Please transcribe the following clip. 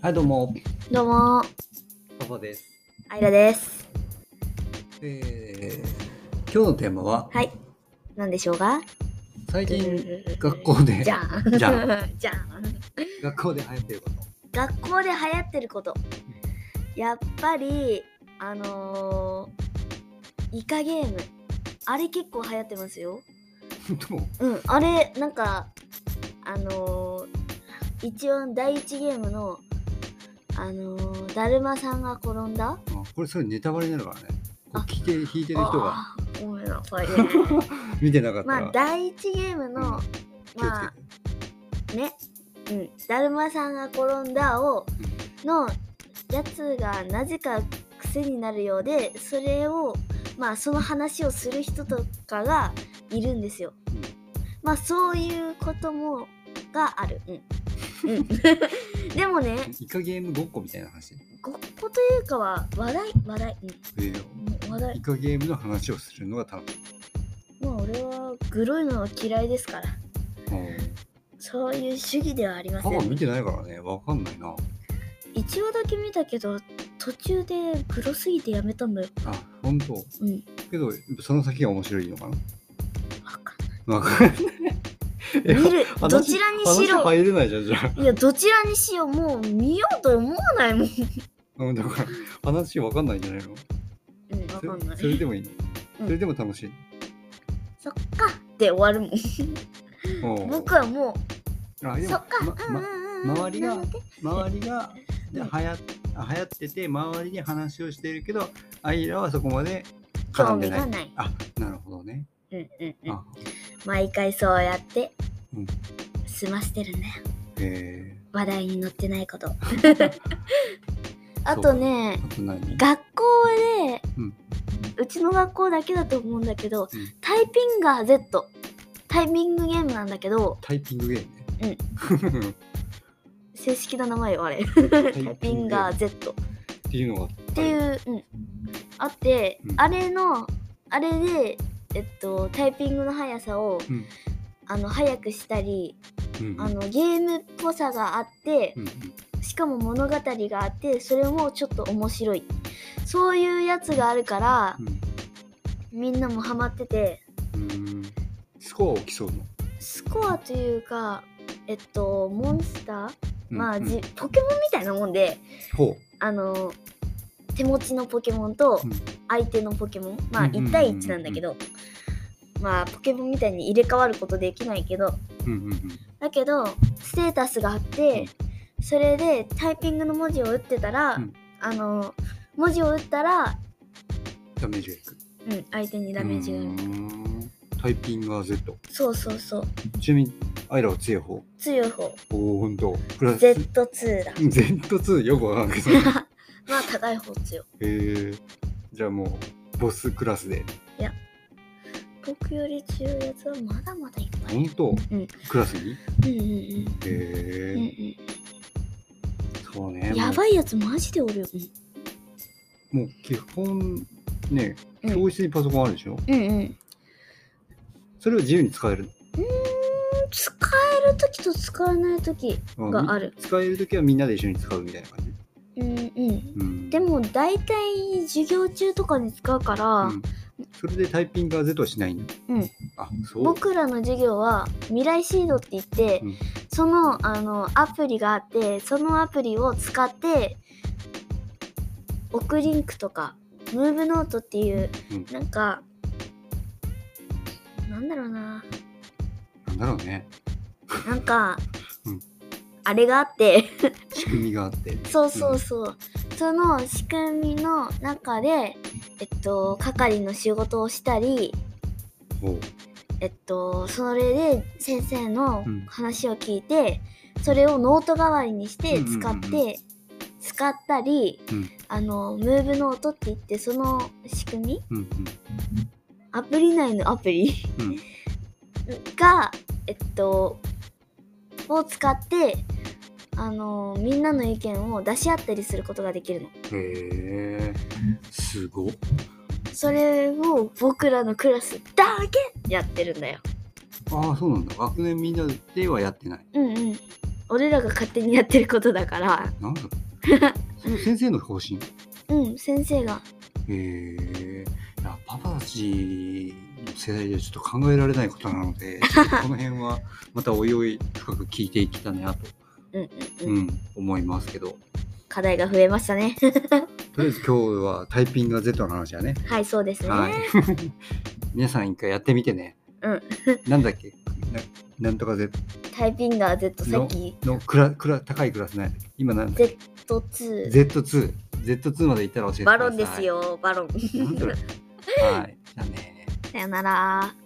はい、どうも、どうも、パパです。あいらです。えー、今日のテーマは、はい。なんでしょうか最近学学校でじゃん。 じゃじゃん。学校で流行ってるこ学校で流行ってること。やっぱり、あのー、イカゲーム。あれ結構流行ってますよ。と。でもうん、あれ、なんか、あのー、一応第一ゲームの、あのー、だるまさんが転んだあこれそれネタバレになるからね。こうあ聞いて弾いてる人があーごめんなさ いね。見てなかったら、まあ、第一ゲームの、うん気をまあ、ね、うん、だるまさんが転んだをつけて。のやつがなぜか癖になるようでそれをまあその話をする人とかがいるんですよ、うんまあそういうこともがあるう ん、うん、でもねうんイカゲームごっこみたいな話。ごっこというかは話題話題、えーうん、話題イカゲームの話をするのが楽しい。まあ俺はグロいのは嫌いですからうんそういう主義ではありませパパ見んてないからね、わかんないな。一話だけ見たけど途中でグロすぎてやめたんだよあ、本当。うんけど、その先が面白いのかわかんな。わかんない。ない見る話どちらにし話ろ入れないじゃん、じゃあ。いや、どちらにしよう、もう見ようと思わないもん。うん、だから話わかんないんじゃないのうん、わかんなそれい。それでもいいの、うんそれでも楽しいそっかって終わるものおん。う僕はもあう、でもそっか、まうんまうんうん。周りがなんだっ周りがで流行っ流行ってて周りに話をしているけどアイラはそこまでけ絡興んで味ないがない。あなるほどね、うんうんうん。あ毎回そうやってうん、済ましてるんだよ。へ話題に載ってない こと。だあとねえ、あと何学校でうん、うちの学校だけだと思うんだけどうん、タイピンガー Z。タイピングゲームなんだけど、タイピングゲームね正式な名前よ、あ れ。タタイピンガー Z。っていうのがっていう、うん、あって、うんあれのあれで、えっと、タイピングの速さをうんあの速くしたり、うんあのゲームっぽさがあってう、んしかも物語があってそれもちょっと面白いそういうやつがあるからうんみんなもハマっててうんうんスコアを競うの、スコアというかえっとモンスター、うんまあ、うんじポケモンみたいなもんでほあの手持ちのポケモンとうん相手のポケモン、まあうんうんうんうん1対1なんだけど、まあポケモンみたいに入れ替わることできないけどううんうんうんだけどステータスがあって、それでタイピングの文字を打ってたら、うんあの文字を打ったら、ダメージがいくうん、相手にダメージがういる、んタイピングは Z そうそうそうちなみにアイラは強い方強い方おおほんとプラス Z2 だ Z2 よくわかんないけどへまあ高い方強いえじゃあもうボスクラスで僕より強いやつはまだまだいっぱいほんと、うんクラスにへうんうんうんえ、うんうんそうねやばいやつマジでおるよ、うんもうもう基本ねうん教室にパソコンあるでしょ、うんうん。それを自由に使える使えるときと使えないときのうんがある。使える時はみんなで一緒に使うみたいな感じ、うんうん。うん、でも大体授業中とかに使うから、うんそれでタイピングは Z はしないんだうんあそう僕らの授業は未来シードって言って、うんそのあのアプリがあってそのアプリを使ってオクリンクとかムーブノートっていう、うんなんかなんだろうななんだろうねなんか、うんあれがあって仕組みがあってそうそうそう。その仕組みの中で、えっと、係の仕事をしたり、ほうえっと、それで先生のうん話を聞いて、それをノート代わりにしてうんうんうん使って、使ったり、うんあの、ムーブノートって言って、その仕組みうんアプリ内のアプリうんうんが、えっと、を使って、あの、みんなの意見を出し合ったりすることができるの。へえすごっそれを僕らのクラスだけやってるんだよ。ああそうなんだ学年みんなではやってないうんうん。俺らが勝手にやってることだからなん だろうそれ先生の方針うん先生がえー、いやパパたちの世代ではちょっと考えられないことなの でちょっとこの辺はまたおいおい深く聞いていきたいなと、うんうんううん、ん、思いますけど課題が増えましたね とりあえず今日はタイピングが Z の話だねはいそうですね、はい 皆さん一回やってみてね、うんなんだっけななんとか Z タイピンガー Z さのっきのクラクラ高いクラスね今なんだ Z2 Z2Z2 まで行ったら教えてくださいバロンですよバロンなんだろうはいじゃあね さよなら